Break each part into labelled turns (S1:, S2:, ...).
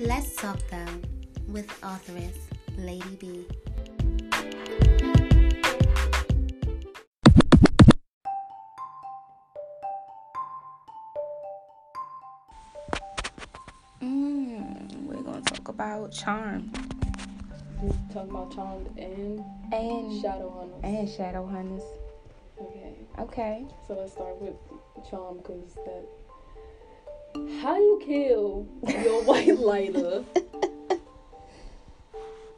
S1: Let's Talk Though with authoress Lady B.
S2: Mm, we're gonna talk about charm
S3: We're talking about Charmed and
S2: and
S3: Shadow Hunters.
S2: and shadow hunters.
S3: Okay,
S2: Okay,
S3: so let's start with Charm because that. How you kill your white lighter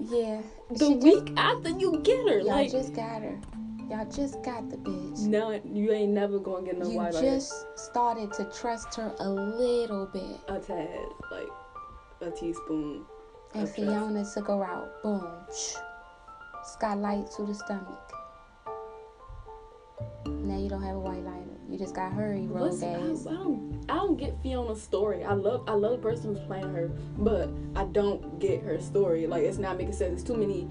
S2: yeah.
S3: the
S2: She
S3: week after you get her?
S2: Y'all
S3: Like,
S2: just got her. Y'all just got the bitch.
S3: no, you ain't never gonna get no
S2: you
S3: white lighter.
S2: just started to trust her a little bit,
S3: A tad, like a teaspoon.
S2: and
S3: Of trust.
S2: Fiona took her out. Boom. Shh. Skylight to the stomach. Now you don't have a white lighter. You just got hurry road
S3: What's, I, I
S2: days.
S3: don't, I don't get Fiona's story. I love, I love the person who's playing her, but I don't get her story. Like, it's not making sense. It's too many.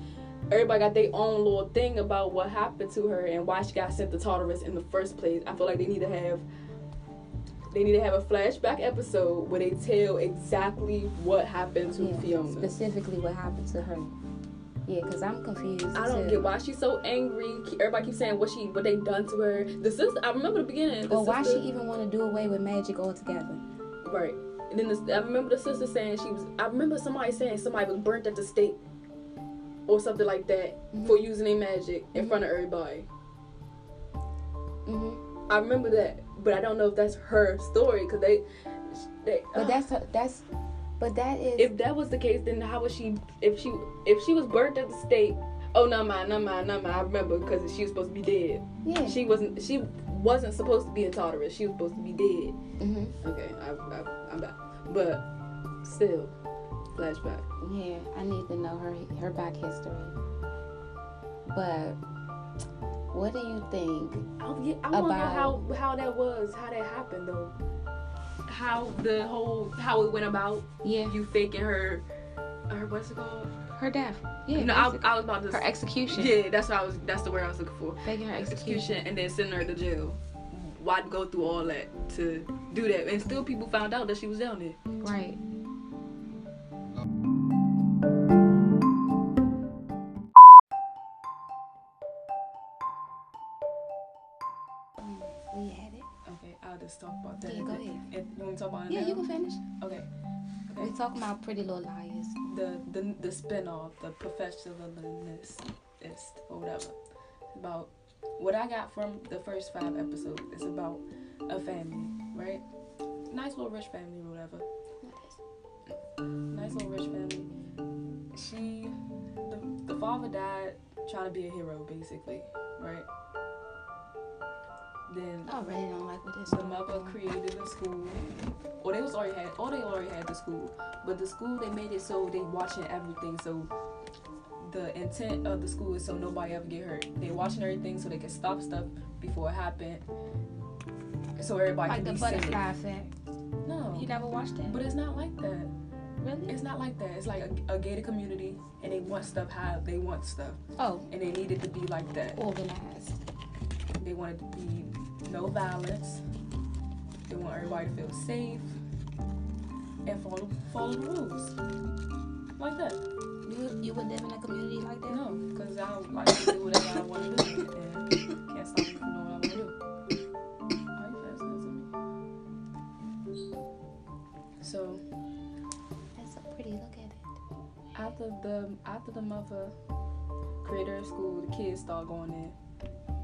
S3: Everybody got their own little thing about what happened to her and why she got sent to Tartarus in the first place. I feel like they need to have, they need to have a flashback episode where they tell exactly what happened to
S2: Yeah,
S3: Fiona.
S2: specifically what happened to her. Yeah, cause I'm confused.
S3: I don't
S2: too.
S3: get why she's so angry. Everybody keeps saying what she, what they done to her. The sister, I remember the beginning. the
S2: But why
S3: sister-
S2: she even want to do away with magic altogether?
S3: Right. And then this, I remember the sister saying she was. I remember somebody saying somebody was burnt at the stake, or something like that,
S2: Mm-hmm.
S3: for using their magic in front of everybody.
S2: hmm
S3: I remember that, but I don't know if that's her story because they, they. uh,
S2: But that's her, that's, but that is
S3: if that was the case, then how was she? If she if she was burnt at the stake. Oh no, mind, no, mind, no, mind. I remember because she was supposed to be dead.
S2: yeah.
S3: She wasn't. She wasn't supposed to be in Tartarus. She was supposed to be dead.
S2: hmm
S3: Okay, I, I, I'm back. But still, flashback.
S2: Yeah, I need to know her her back history. But what do you think?
S3: I, yeah, I want to know
S2: About-
S3: how how that was, how that happened though. How the whole how it went about.
S2: Yeah,
S3: You faking her, her what's it called?
S2: her death. Yeah,
S3: no, I, I was about to.
S2: her
S3: s-
S2: execution.
S3: yeah, that's what I was. That's the word I was looking for.
S2: Faking her execution.
S3: Execution and then sending her to jail. Why go through all that to do that? And still, people found out that she was down there.
S2: Right. We had it.
S3: Okay, I'll just talk about
S2: that. Yeah, go ahead.
S3: If you want to talk about
S2: Yeah, you can finish.
S3: Okay.
S2: We're talking about Pretty Little Liars.
S3: the the the spinoff, the professionalness, or whatever. About what I got from the first five episodes is about a family, right? Nice little rich family, or whatever. Nice little rich family. She, the, the father died trying to be a hero, basically, right? Then
S2: I really don't like what this
S3: the mother created a school, or they was already had, or they already had the school, but the school they made it so they watching everything. So the intent of the school is so nobody ever get hurt. They watching everything so they can stop stuff before it happened, so everybody
S2: Like
S3: can
S2: the
S3: be safe.
S2: butterfly effect.
S3: No,
S2: You never watched that?
S3: but it's not like that.
S2: Really?
S3: It's not like that. It's like a, a gated community, and they want stuff how they want stuff,
S2: Oh,
S3: and they need it to be like that.
S2: organized.
S3: They want it to be no violence. They want everybody to feel safe and follow follow the rules. Like that.
S2: You, you would live in a community like that?
S3: No, because I like to do whatever I want to do and can't stop me from doing what I want to do. Are you fascinating to me? So
S2: That's a pretty look at it.
S3: after the after the mother created her school, the kids start going in.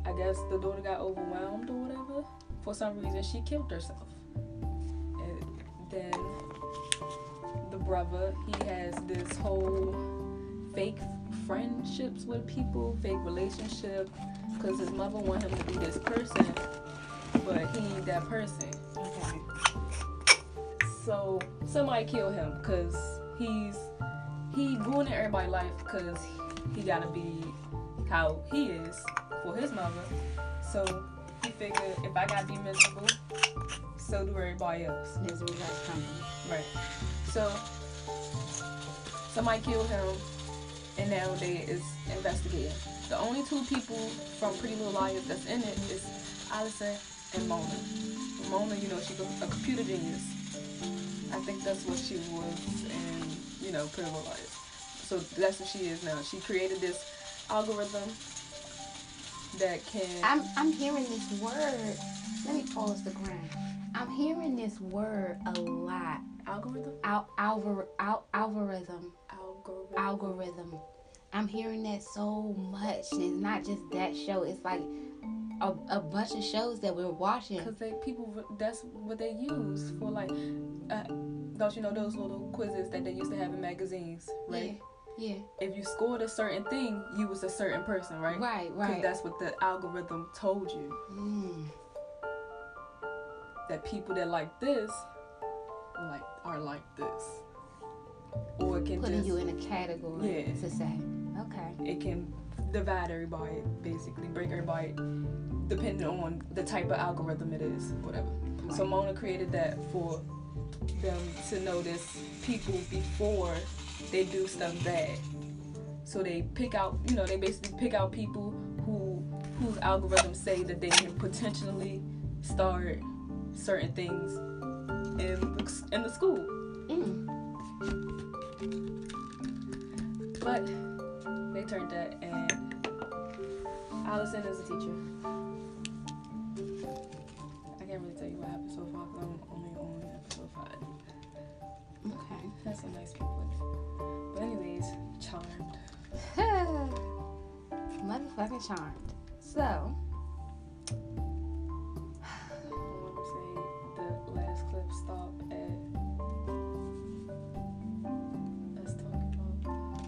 S3: I guess the daughter got overwhelmed or whatever. For some reason, she killed herself. And then the brother, he has this whole fake friendships with people, fake relationship, because his mother want him to be this person, but he ain't that person.
S2: Okay.
S3: So somebody kill him because he's he ruining everybody's life because he gotta be how he is for his mother. So he figured if I gotta be miserable, so do everybody else.
S2: There's a reverse company.
S3: Right. So somebody killed him, and now they is investigating. The only two people from Pretty Little Liars that's in it is Allison and Mona. Mona, you know, she's a, a computer genius. I think that's what she was in you know, put him on liars. So that's what she is now. She created this algorithm that can.
S2: I'm I'm hearing this word. Let me pause the ground. I'm hearing this word a lot.
S3: algorithm?
S2: Al- alvar- al- algorithm.
S3: Algorithm.
S2: Algorithm. I'm hearing that so much. And it's not just that show. It's like a, a bunch of shows that we're watching.
S3: Because they people re- that's what they use for like, uh, don't you know those little quizzes that they used to have in magazines, right?
S2: Yeah.
S3: If you scored a certain thing, you was a certain person,
S2: Yeah.
S3: right?
S2: Right.
S3: 'Cause
S2: Right.
S3: That's what the algorithm told you
S2: Mm.
S3: that people that like this, like are like this, or it can
S2: Putting
S3: just
S2: you in a category
S3: Yeah.
S2: to say. Okay.
S3: it can divide everybody, basically break everybody, depending on the type of algorithm it is, whatever. So
S2: Right.
S3: Mona created that for them to notice people before they do stuff bad. So they pick out, you know, they basically pick out people who whose algorithms say that they can potentially start certain things in the, in the school.
S2: Mm.
S3: But they turned that, and Allison is a teacher. I can't really tell you what happened so far because I'm only on episode five.
S2: Okay.
S3: That's a nice people. But anyways, charmed.
S2: Motherfucking charmed. So.
S3: I want to say the last clip stop at us talking about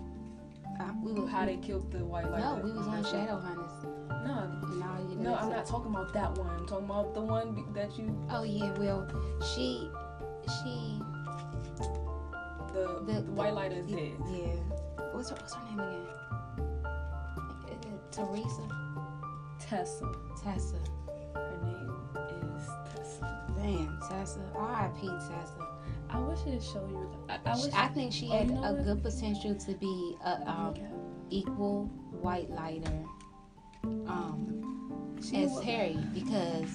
S2: Uh, we were
S3: how they killed the white light.
S2: No, we was on Shadowhunters.
S3: No,
S2: No, you
S3: no, I'm not talking about that one. I'm talking about the one be- that you
S2: Oh yeah, well, she, she,
S3: the the,
S2: The-
S3: white light is dead.
S2: yeah. What's her What's her name again? Uh, Teresa,
S3: Tessa.
S2: Tessa.
S3: Her name is Tessa.
S2: Damn, Tessa. R.I.P. Tessa.
S3: I wish it'd show you. I, I
S2: I,
S3: wish.
S2: think she
S3: Oh,
S2: had
S3: you know
S2: a
S3: what? Oh,
S2: good potential to be a um, equal white lighter um,
S3: she,
S2: as
S3: wa-
S2: Harry because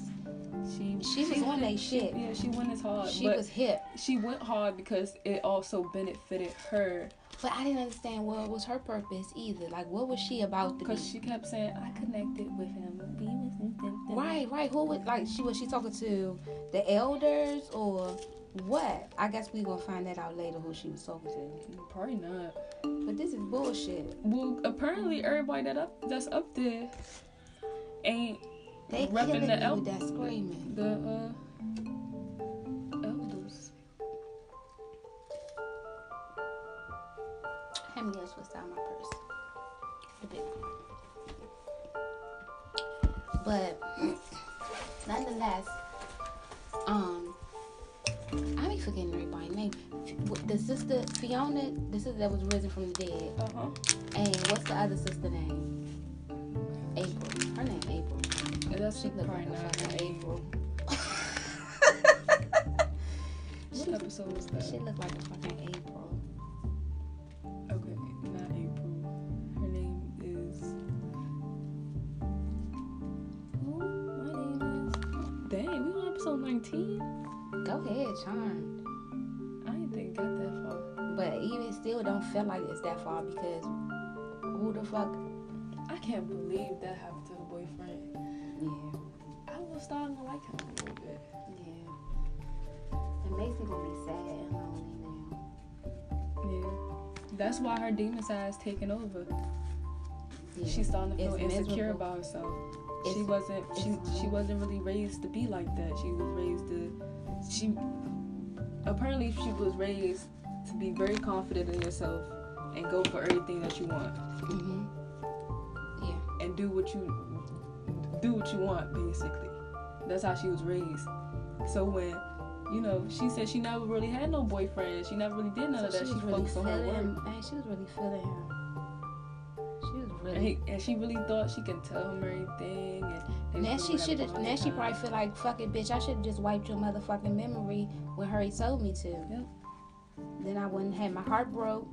S3: she
S2: she was on
S3: went-
S2: that shit.
S3: Yeah, she went as hard.
S2: She
S3: but
S2: was hip,
S3: She went hard because it also benefited her
S2: but I didn't understand what was her purpose either. Like, what was she about to be?
S3: because she kept saying, "I connected with him. We was in them- them."
S2: Right, right. Who would like she was she talking to the elders or what? I guess we gonna find that out later who she was talking to.
S3: Probably not.
S2: But this is bullshit.
S3: Well, apparently everybody that up that's up there ain't
S2: They
S3: Repping
S2: killing
S3: the
S2: you
S3: el-
S2: with that screaming.
S3: the uh, elders.
S2: Hand me this what's down my purse. The big one. But nonetheless, um I be forgetting everybody's name. The sister Fiona, the sister that was risen from the dead.
S3: Uh huh.
S2: And what's the other sister name? April. Her name April.
S3: That's
S2: She look
S3: probably
S2: like a
S3: not
S2: fucking April.
S3: What episode was that?
S2: she look like a fucking April.
S3: Okay, not April. Her name is. Oh, my name is. Dang, we on episode 19?
S2: Go ahead, charmed.
S3: I didn't think it got that far.
S2: But even still, don't feel like it's that far because who the fuck?
S3: I can't believe that happened to the boyfriend.
S2: Yeah,
S3: I was starting to like him a little bit.
S2: yeah. It makes me gonna be sad and lonely now.
S3: Yeah. That's why her demon side's taking over.
S2: Yeah.
S3: She's starting to feel
S2: It's
S3: insecure
S2: miserable.
S3: about herself. she
S2: It's-
S3: wasn't she
S2: it's
S3: she
S2: hard.
S3: wasn't really raised to be like that. She was raised to she apparently she was raised to be very confident in yourself and go for everything that you want
S2: Mhm.
S3: and do what you do what you want basically. That's how she was raised. So when you know, she said she never really had no boyfriend. She never really did none of
S2: So she
S3: that. She,
S2: was really
S3: focused on her work.
S2: feeling. Man, she was really feeling him. She was
S3: And,
S2: really.
S3: he, and she really thought she could tell him everything. And they
S2: Now
S3: was
S2: she
S3: really
S2: should have.
S3: having a
S2: Now
S3: good
S2: she
S3: time.
S2: probably feel like, fuck it, bitch. I should have just wiped your motherfucking memory when Hurry told me to.
S3: Yep.
S2: Then I wouldn't have my heart broke.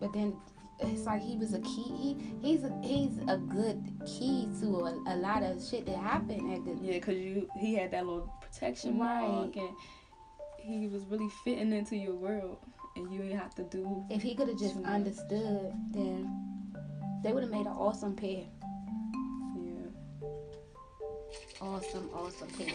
S2: But then it's like he was a key. He, he's a, he's a good key to a, a lot of shit that happened at the.
S3: Yeah, cause you he had that little protection
S2: Right.
S3: mark, and he was really fitting into your world. and you ain't have to do
S2: If he could have just
S3: Mhm.
S2: understood, then they would have made an awesome pair.
S3: yeah.
S2: Awesome, awesome pair.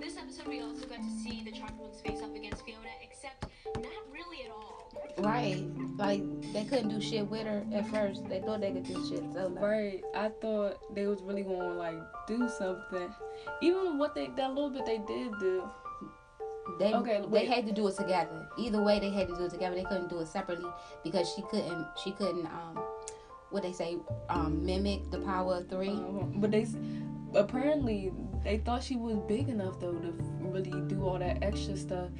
S4: This episode, we also got to see the Charmed One's face up against Fiona, except not really at all.
S2: Right. Like they couldn't do shit with her at first. They thought they could do shit. So like,
S3: Right. I thought they was really gonna like do something. Even what they that little bit they did do.
S2: they
S3: Okay,
S2: they
S3: wait.
S2: had to do it together. Either way, they had to do it together. They couldn't do it separately because she couldn't. She couldn't. Um, what they say? Um, mimic the power of three.
S3: Um, but they s- apparently they thought she was big enough though to really do all that extra stuff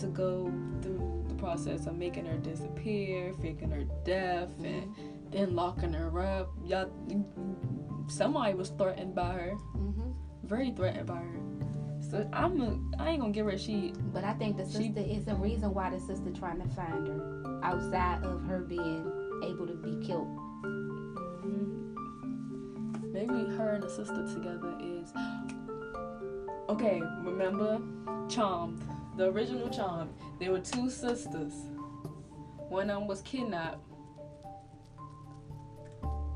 S3: to go through the process of making her disappear, faking her death, and then locking her up. Y'all, somebody was threatened by her,
S2: hmm
S3: very threatened by her. So I'm, a, I ain't gonna give her she.
S2: But I think the
S3: She-
S2: sister is the reason why the sister trying to find her outside of her being able to be killed.
S3: Maybe her and the sister together is. Okay, remember Charmed, the original Charmed. There were two sisters. One of them was kidnapped.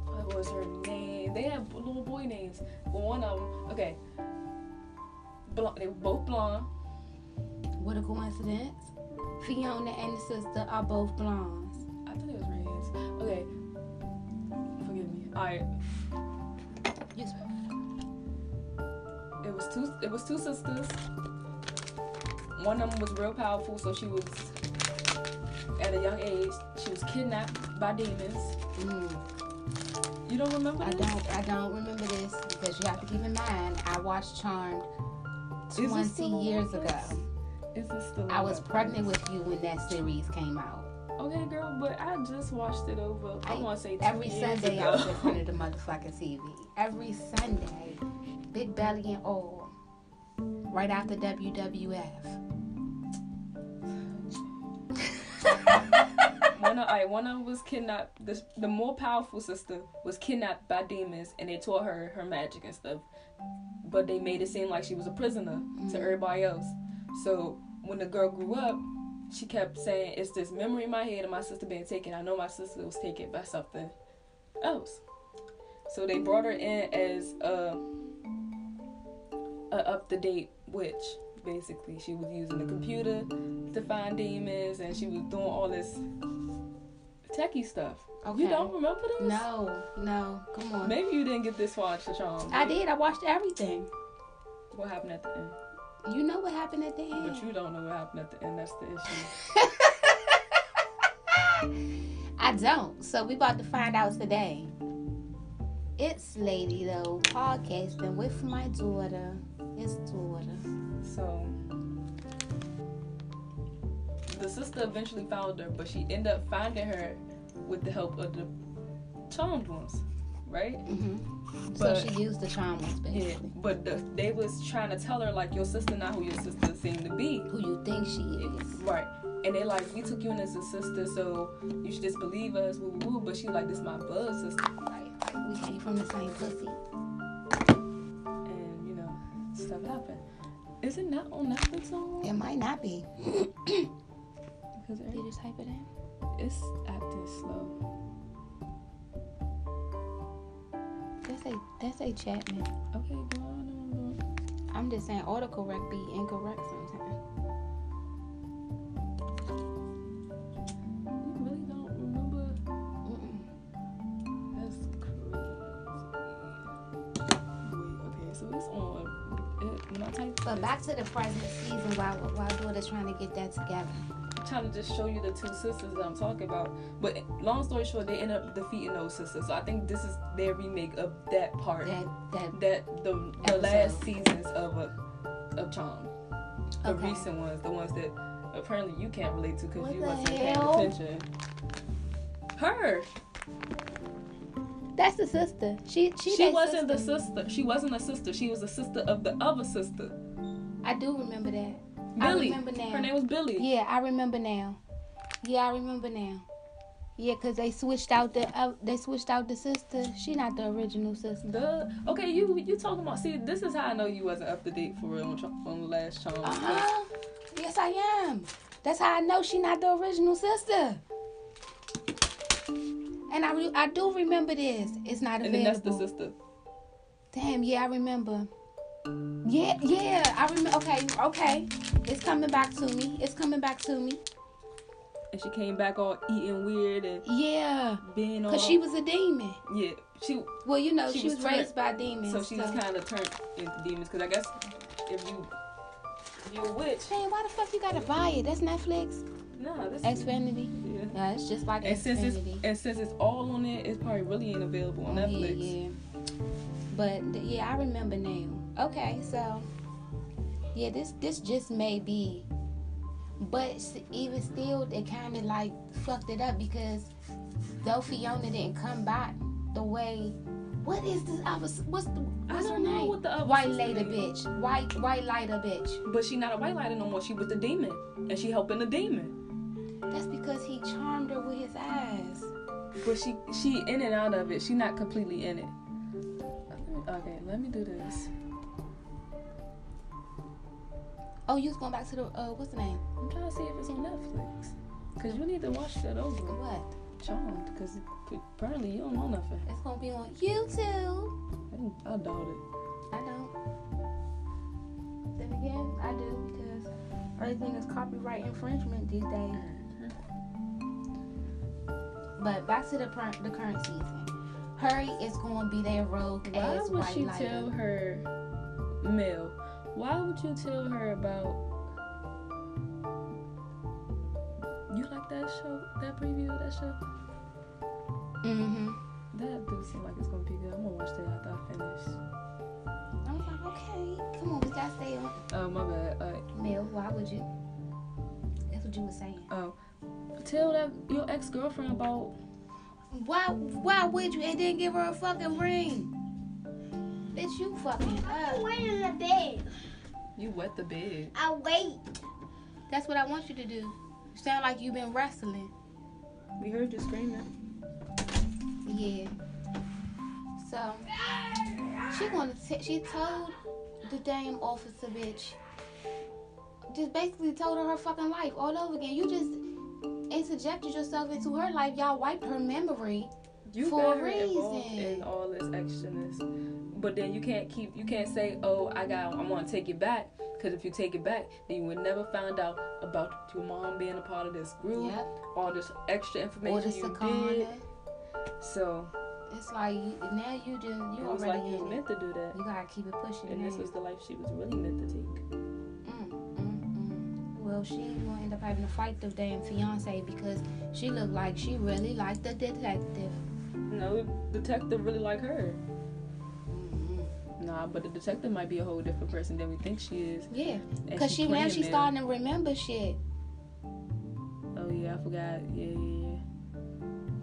S3: What was her name? They had little boy names. But one of them, okay. Blonde, they were both blonde.
S2: What a coincidence! Fiona and the sister are both blondes.
S3: I thought it was redheads. Okay. Forgive me. Alright.
S2: Yes,
S3: It was two. It was two sisters. One of them was real powerful, so she was at a young age. She was kidnapped by demons.
S2: Mm.
S3: You don't remember?
S2: I
S3: this?
S2: don't I don't remember this because you have to keep in mind I watched Charmed
S3: Is it
S2: 20
S3: still on
S2: years ago.
S3: Netflix? Is this still?
S2: I
S3: on
S2: was
S3: Netflix?
S2: pregnant with you when that series came out.
S3: Okay, girl, but I just watched it over. I,
S2: I-
S3: want to say two
S2: Every
S3: years
S2: Sunday
S3: ago.
S2: I was in front of the motherfucking TV. Every Sunday, big belly and all. Right after WWF.
S3: one of I one of 'em was kidnapped. The, the more powerful sister was kidnapped by demons, and they taught her her magic and stuff. But they made it seem like she was a prisoner to everybody else. So when the girl grew up, she kept saying, "It's this memory in my head of my sister being taken. I know my sister was taken by something else." So they brought her in as a, a up to date witch. Basically, she was using the computer to find demons, and she was doing all this techie stuff.
S2: Okay.
S3: You don't remember this?
S2: No, no. Come on.
S3: Maybe you didn't get this far, Shashawn.
S2: I did. I watched everything.
S3: What happened at the end?
S2: You know what happened at the end.
S3: But you don't know what happened at the end. That's the issue.
S2: I don't. So we about to find out today. It's Lady Though podcasting with my daughter. It's daughter.
S3: So the sister eventually found her, but she ended up finding her with the help of the charmed ones, right?
S2: hmm So
S3: But-
S2: she used the charm ones,
S3: Yeah.
S2: basically.
S3: But the, they was trying to tell her like your sister not who your sister seemed to be.
S2: Who you think she is?
S3: Right. And they like, we took you in as a sister, so you should just believe us, woo woo woo. But she like, this my blood sister.
S2: Like, like we came from the same pussy.
S3: And you know, stuff happened. Is it not on Netflix
S2: It
S3: on?
S2: might not be.
S3: Because
S2: Did you type it in?
S3: it's acting slow.
S2: That's a that's a Chapman.
S3: Okay, girl, I know.
S2: I'm just saying autocorrect be incorrect sometimes.
S3: You really don't remember?
S2: Mm-mm.
S3: That's crazy. Wait, okay, so it's on. It, when I type
S2: But
S3: this,
S2: back to the present season while while daughter's trying to get that together.
S3: trying to just show you the two sisters that I'm talking about. But long story short, they end up defeating those sisters. So I think this is their remake of that part.
S2: That that
S3: that the, the
S2: Episode.
S3: last seasons of a, of Charm, the
S2: Okay.
S3: recent ones, the ones that apparently you can't relate to because
S2: What
S3: you
S2: the
S3: wasn't
S2: hell?
S3: paying attention. Her,
S2: That's the sister. She she,
S3: she,
S2: they
S3: wasn't
S2: sister.
S3: the sister. She wasn't a sister. She was a sister of the other sister,
S2: I do remember that. I
S3: Billy.
S2: remember now.
S3: Her name was Billy.
S2: Yeah, I remember now. Yeah, I remember now. Yeah, cause they switched out the uh, they switched out the sister. She not the original sister.
S3: Duh. Okay, you you talking about? See, this is how I know you wasn't up to date for real on, Tr- on the last Charm.
S2: Uh
S3: Uh-huh.
S2: huh. Yes, I am. That's how I know she not the original sister. And I re- I do remember this. It's not
S3: and then that's the
S2: available.
S3: sister.
S2: Damn. Yeah, I remember. Yeah, yeah. I remember. Okay, okay. It's coming back to me. It's coming back to me.
S3: And she came back all eating weird and
S2: Yeah.
S3: being all.
S2: Cause she was a demon.
S3: yeah, she
S2: Well, you know,
S3: She
S2: she,
S3: was
S2: was, raised by demons.
S3: So she was kind of turned into demons because I guess if you if you a witch,
S2: Man, why the fuck you gotta buy it? That's Netflix,
S3: nah, this is
S2: Xfinity.
S3: yeah.
S2: Yeah, it's just like
S3: And since it's
S2: Xfinity.
S3: and since it's all on it, it's probably really ain't available on Netflix.
S2: Yeah, yeah. But th- yeah, I remember now. Okay, so yeah, this this just may be, but s- even still, they kind of like fucked it up because though Fiona didn't come back the way. What is this? I was what's the,
S3: I
S2: what's her
S3: don't know
S2: name?
S3: what the other
S2: white
S3: sister's
S2: lady
S3: name
S2: bitch. White white lighter bitch.
S3: But she not a white lighter no more. She was the demon, and she helping the demon.
S2: That's because he charmed her with his eyes.
S3: But she she in and out of it. She not completely in it. Okay, let me do this.
S2: Oh, you was going back to the uh, what's the name?
S3: I'm trying to see if it's on Netflix. Cause you need to watch that over,
S2: What?
S3: charmed. Cause apparently you don't know nothing.
S2: It's gonna be on YouTube.
S3: I, I doubt it.
S2: I don't. Then again, I do because everything is copyright infringement these days. Mm-hmm. But back to the pr- the current season. Hurry is gonna be their rogue
S3: Why
S2: ass
S3: would
S2: white
S3: she
S2: lighter.
S3: tell her, Mel? Why would you tell her about? You like that show? That preview of that show?
S2: Mm-hmm.
S3: That do seem like it's gonna be good. I'm gonna watch that after I finish.
S2: I was like, okay, come on, we gotta stay on.
S3: Oh my bad. All right.
S2: Mel, why would you? That's what you were saying.
S3: Oh, tell that your ex girlfriend about.
S2: Why why would you and then give her a fucking ring? Bitch, you fucking up.
S1: Wait in the bed.
S3: You wet the bed.
S1: I wait.
S2: That's what I want you to do. You sound like you've been wrestling.
S3: We heard you screaming.
S2: Yeah. So she wanna t- she told the damn officer bitch. Just basically told her her fucking life all over again. You just interjected yourself into her life. Y'all wiped her memory.
S3: You
S2: For a
S3: got her involved
S2: reason.
S3: in all this extraness, but then you can't keep. You can't say, "Oh, I got. I'm gonna take it back." Because if you take it back, then you would never find out about your mom being a part of this group.
S2: Yep.
S3: All this extra
S2: Or
S3: information
S2: the
S3: you did.
S2: Sakana.
S3: So
S2: It's like you, now you do you
S3: it was
S2: already
S3: like you was
S2: in it.
S3: meant to do that,
S2: You gotta keep it pushing.
S3: and this
S2: man.
S3: was the life she was really meant to take.
S2: Mm, mm, mm. Well, she gonna end up having to fight the damn fiance because she looked like she really liked the detective.
S3: No, the detective really like her.
S2: Mm-hmm.
S3: Nah, but the detective might be a whole different person than we think she is.
S2: Yeah,
S3: and
S2: cause she now
S3: playing
S2: she
S3: it.
S2: starting to remember shit.
S3: Oh yeah, I forgot. Yeah, yeah, yeah.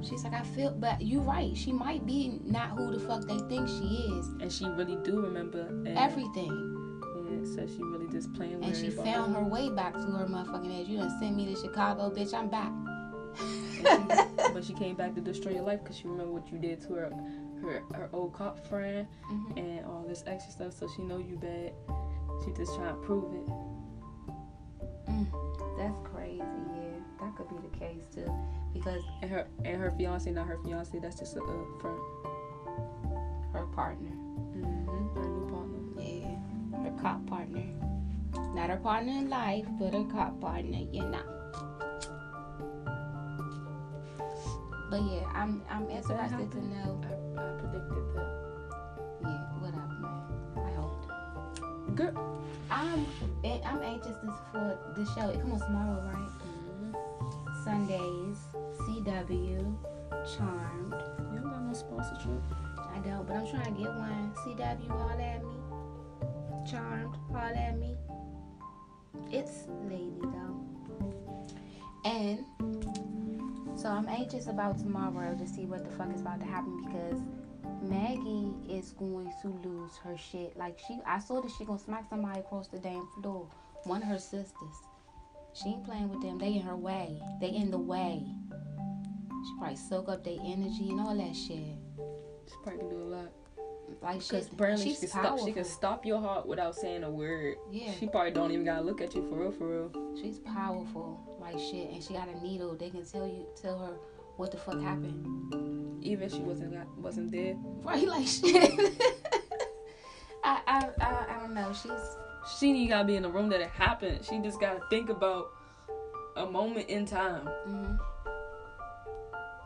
S2: She's like, I feel, but you right. She might be not who the fuck they think she is.
S3: And she really do remember. And,
S2: Everything,
S3: Yeah, so she really just playing with
S2: and she
S3: everybody.
S2: found her way back to her motherfucking ass. You done send me to Chicago, bitch. I'm back. Mm-hmm.
S3: But she came back to destroy your life because she remember what you did to her, her, her old cop friend,
S2: Mhm.
S3: and all this extra stuff. So she know you bad. She just trying to prove it.
S2: That's crazy. Yeah, that could be the case too, because
S3: And her and her fiance, not her fiance. That's just a, a friend.
S2: her partner.
S3: Mm-hmm. Her new partner.
S2: Yeah, her cop partner. Not her partner in life, but her cop partner, you know. But yeah, I'm I'm interested to
S3: happened?
S2: know.
S3: I, I predicted that.
S2: Yeah, whatever, man. I hope.
S3: Girl.
S2: I'm eh, I'm anxious to- for the show. It comes on tomorrow, right? Mm-hmm. Sundays, CW, Charmed.
S3: You don't got no sponsorship.
S2: I don't, but I'm trying to get one. CW, holla at me. Charmed, holla at me. It's lady though. And so I'm anxious about tomorrow to see what the fuck is about to happen because Maggie is going to lose her shit. Like she, I saw that she gonna smack somebody across the damn floor. One of her sisters. She ain't playing with them. They in her way. They in the way. She probably soak up their energy and all that shit.
S3: She probably can do a lot.
S2: Like
S3: Because
S2: she's
S3: apparently
S2: she's
S3: she can
S2: powerful.
S3: stop. She can stop your heart without saying a word.
S2: Yeah,
S3: She probably don't even gotta look at you for real, for real.
S2: she's powerful. Like shit, and she got a needle. They can tell you, tell her what the fuck happened.
S3: Even if she wasn't got- wasn't dead.
S2: Right, like shit. I, I I I don't know. She's
S3: She ain't gotta be in the room that it happened. She just gotta think about a moment in time.
S2: hmm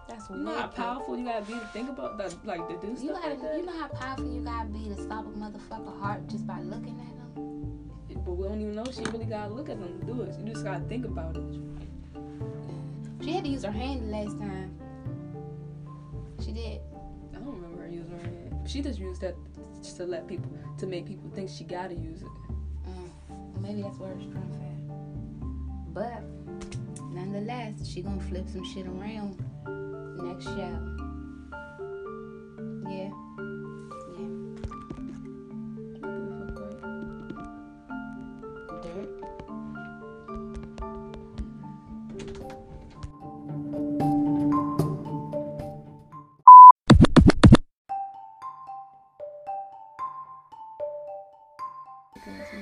S2: that's
S3: You know how
S2: wicked.
S3: powerful you gotta be to think about that, like to do stuff
S2: You gotta,
S3: like that.
S2: you know how powerful you gotta be to stop a motherfucker heart just by looking at them.
S3: but we don't even know she really gotta look at them to do it. You just gotta think about it.
S2: She had to use her hand the last time. She did.
S3: I don't remember her using her hand. She just used that to let people to make people think she gotta use it.
S2: Mm. Maybe that's where it's from at. But nonetheless, she gonna flip some shit around next show. Yeah. Dirt.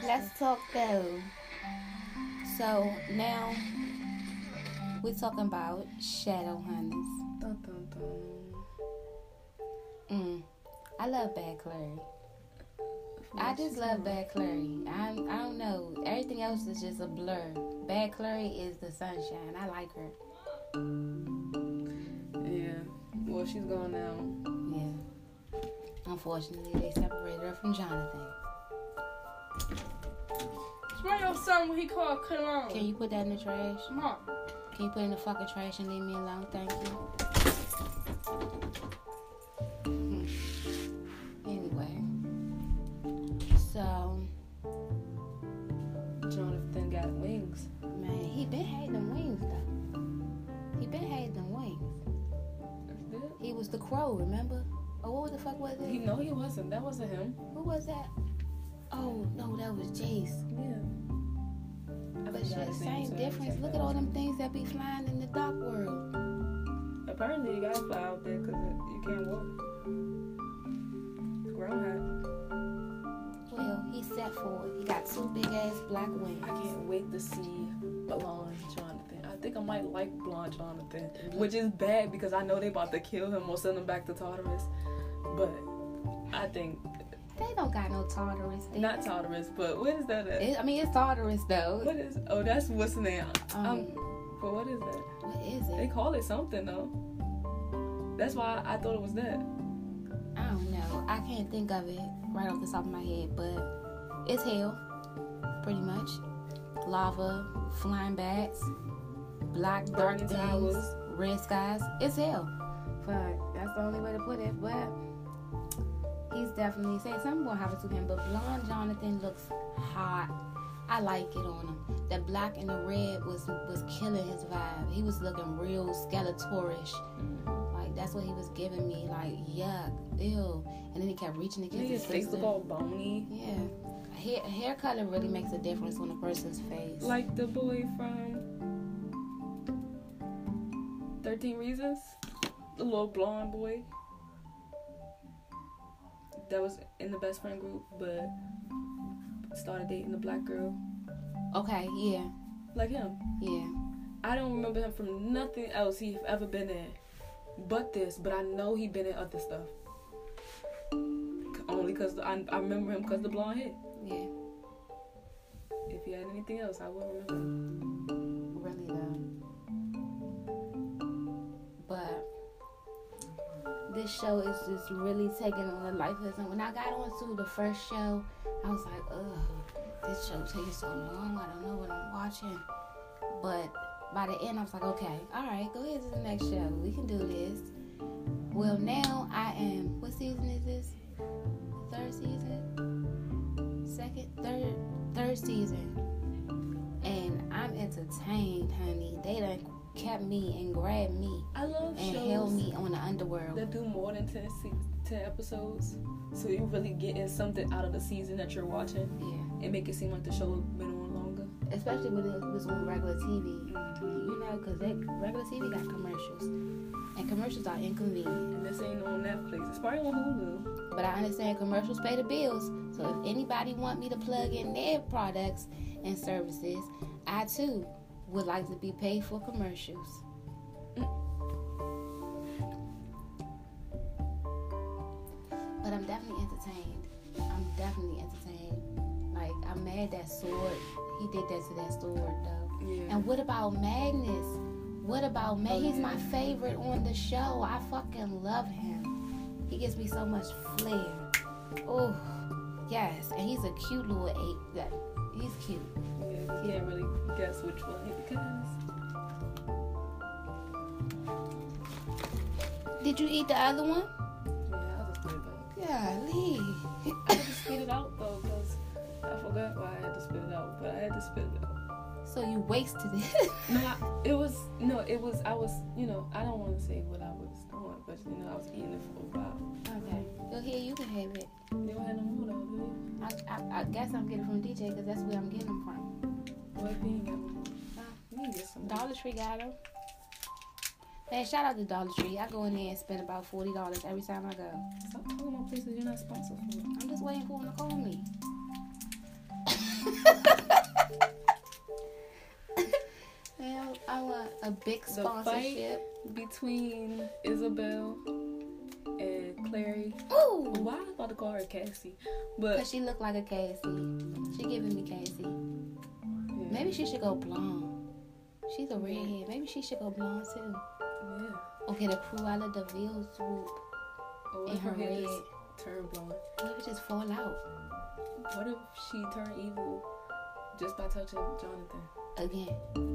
S2: Let's talk though. So now we're talking about shadow hunters.
S3: Dun, dun, dun.
S2: Mm. I love Bad Clary. I just love Bad Clary. I I don't know. Everything else is just a blur. Bad Clary is the sunshine. I like her.
S3: Yeah. Well, she's gone now.
S2: Yeah. Unfortunately, they separated her from Jonathan.
S3: Spray your son when he called
S2: Can
S3: Cologne.
S2: you put that in the trash?
S3: Mom.
S2: Can you put it in the fucking trash and leave me alone? Thank you. Hmm. Anyway. So,
S3: Jonathan got wings.
S2: man, he been hating them wings, though. He been hating them wings.
S3: That's it.
S2: He was the crow, remember? Oh, what the fuck was it?
S3: He no, he wasn't. That wasn't him.
S2: Who was that? Oh no, that was Jace.
S3: Yeah. I
S2: But
S3: forgot
S2: shit,
S3: his
S2: same
S3: name, so I
S2: difference.
S3: checked
S2: Look
S3: that
S2: at all
S3: out.
S2: them things that be flying in the dark world.
S3: Apparently, you gotta fly out there because you can't walk. Groundhog.
S2: Well, he set for it. He got two big ass black
S3: I
S2: wings.
S3: can't wait to see blonde Jonathan. I think I might like blonde Jonathan,
S2: Mm-hmm.
S3: which is bad because I know they about to kill him or send him back to Tartarus. But I think
S2: They don't got no Tartarus. They,
S3: not Tartarus, but what is that? At?
S2: It- I mean, it's Tartarus though.
S3: What is? Oh, that's what's the name.
S2: Um,
S3: Um, but what is that?
S2: what is
S3: They
S2: it?
S3: call it something though. That's why I thought it was that.
S2: I don't know. I can't think of it right off the top of my head, but it's hell, pretty much. Lava, flying bats, black dark
S3: Burning
S2: things,
S3: towers.
S2: red skies. It's hell. Fuck, that's the only way to put it. But he's definitely saying something gonna happen to him. But blonde Jonathan looks hot. I like it on him. The black and the red was was killing his vibe. He was looking real skeletorish. Like that's what he was giving me. Like yuck, ew. And then he kept reaching against his
S3: His face
S2: sister.
S3: look all bony.
S2: Yeah, hair hair color really makes a difference on a person's face.
S3: Like the boy from 13 Reasons. The little blonde boy. That was in the best friend group, but started dating the black girl.
S2: okay, yeah,
S3: Like him.
S2: yeah.
S3: I don't remember him from nothing else he's ever been in but this, but I know he been in other stuff. Only because I, I remember him because the blonde hair.
S2: Yeah,
S3: If he had anything else, I wouldn't remember. him.
S2: really though. But this show is just really taking on a life of its own. When I got onto the first show, I was like, ugh, this show takes so long. I don't know what I'm watching. But by the end, I was like, okay, all right, go ahead to the next show. We can do this. Well, now I am. What season is this? Third season? Second? Third? Third season. and I'm entertained, honey. They done kept me and grabbed me
S3: I love
S2: and
S3: shows.
S2: held me on the underworld.
S3: that do more than 10, se- 10 episodes so you're really getting something out of the season that you're watching
S2: yeah,
S3: and make it seem like the show went on longer
S2: especially when it was on regular TV. You know, because regular TV got commercials, and commercials are inconvenient.
S3: And this ain't on Netflix. It's probably on Hulu.
S2: But I understand commercials pay the bills. So if anybody want me to plug in their products and services, I too would like to be paid for commercials. But I'm definitely entertained. I'm definitely entertained. Like I'm mad that sword. He did that to that sword though.
S3: Yeah.
S2: And what about Magnus? What about Mag?
S3: Oh,
S2: He's
S3: yeah.
S2: my favorite on the show. I fucking love him. He gives me so much flair. Oh, yes. And he's a cute little ape. That he's cute.
S3: yeah. You can't really guess which one it becomes.
S2: Did you eat the other one?
S3: Yeah, I just put it back.
S2: Yeah, Lee.
S3: I had to spit it out though, cause I forgot why I had to spit it out, but I had to spit it out.
S2: so you wasted it.
S3: No, I- it was no, it was. I was, you know, I don't want to say what I was doing, but you know, I was eating it for a while.
S2: okay. Well, here you can have it.
S3: They don't have no more though, do
S2: I,
S3: they?
S2: I, I guess I'm getting it from DJ because that's where I'm getting them from.
S3: What they ain't got no more? Ah, You can get some.
S2: Dollar Tree got them. Man, shout out to Dollar Tree. I go in there and spend about forty dollars every time I go.
S3: Stop talking about places you're not sponsored for.
S2: I'm just waiting for him to call me. Man, I want a big
S3: The fight.
S2: sponsorship.
S3: between Isabel and Clary.
S2: Ooh,
S3: Why I about to call her Cassie?
S2: cause
S3: But
S2: she look like a Cassie. She giving me Cassie.
S3: yeah,
S2: Maybe she should go blonde. She's a redhead. Maybe she should go blonde too.
S3: yeah.
S2: Okay, the Cruella Deville swoop
S3: Or
S2: in
S3: if
S2: her
S3: her hair
S2: red.
S3: just turned blonde?
S2: What if it just fall out
S3: What if she turned evil just by touching Jonathan?
S2: again?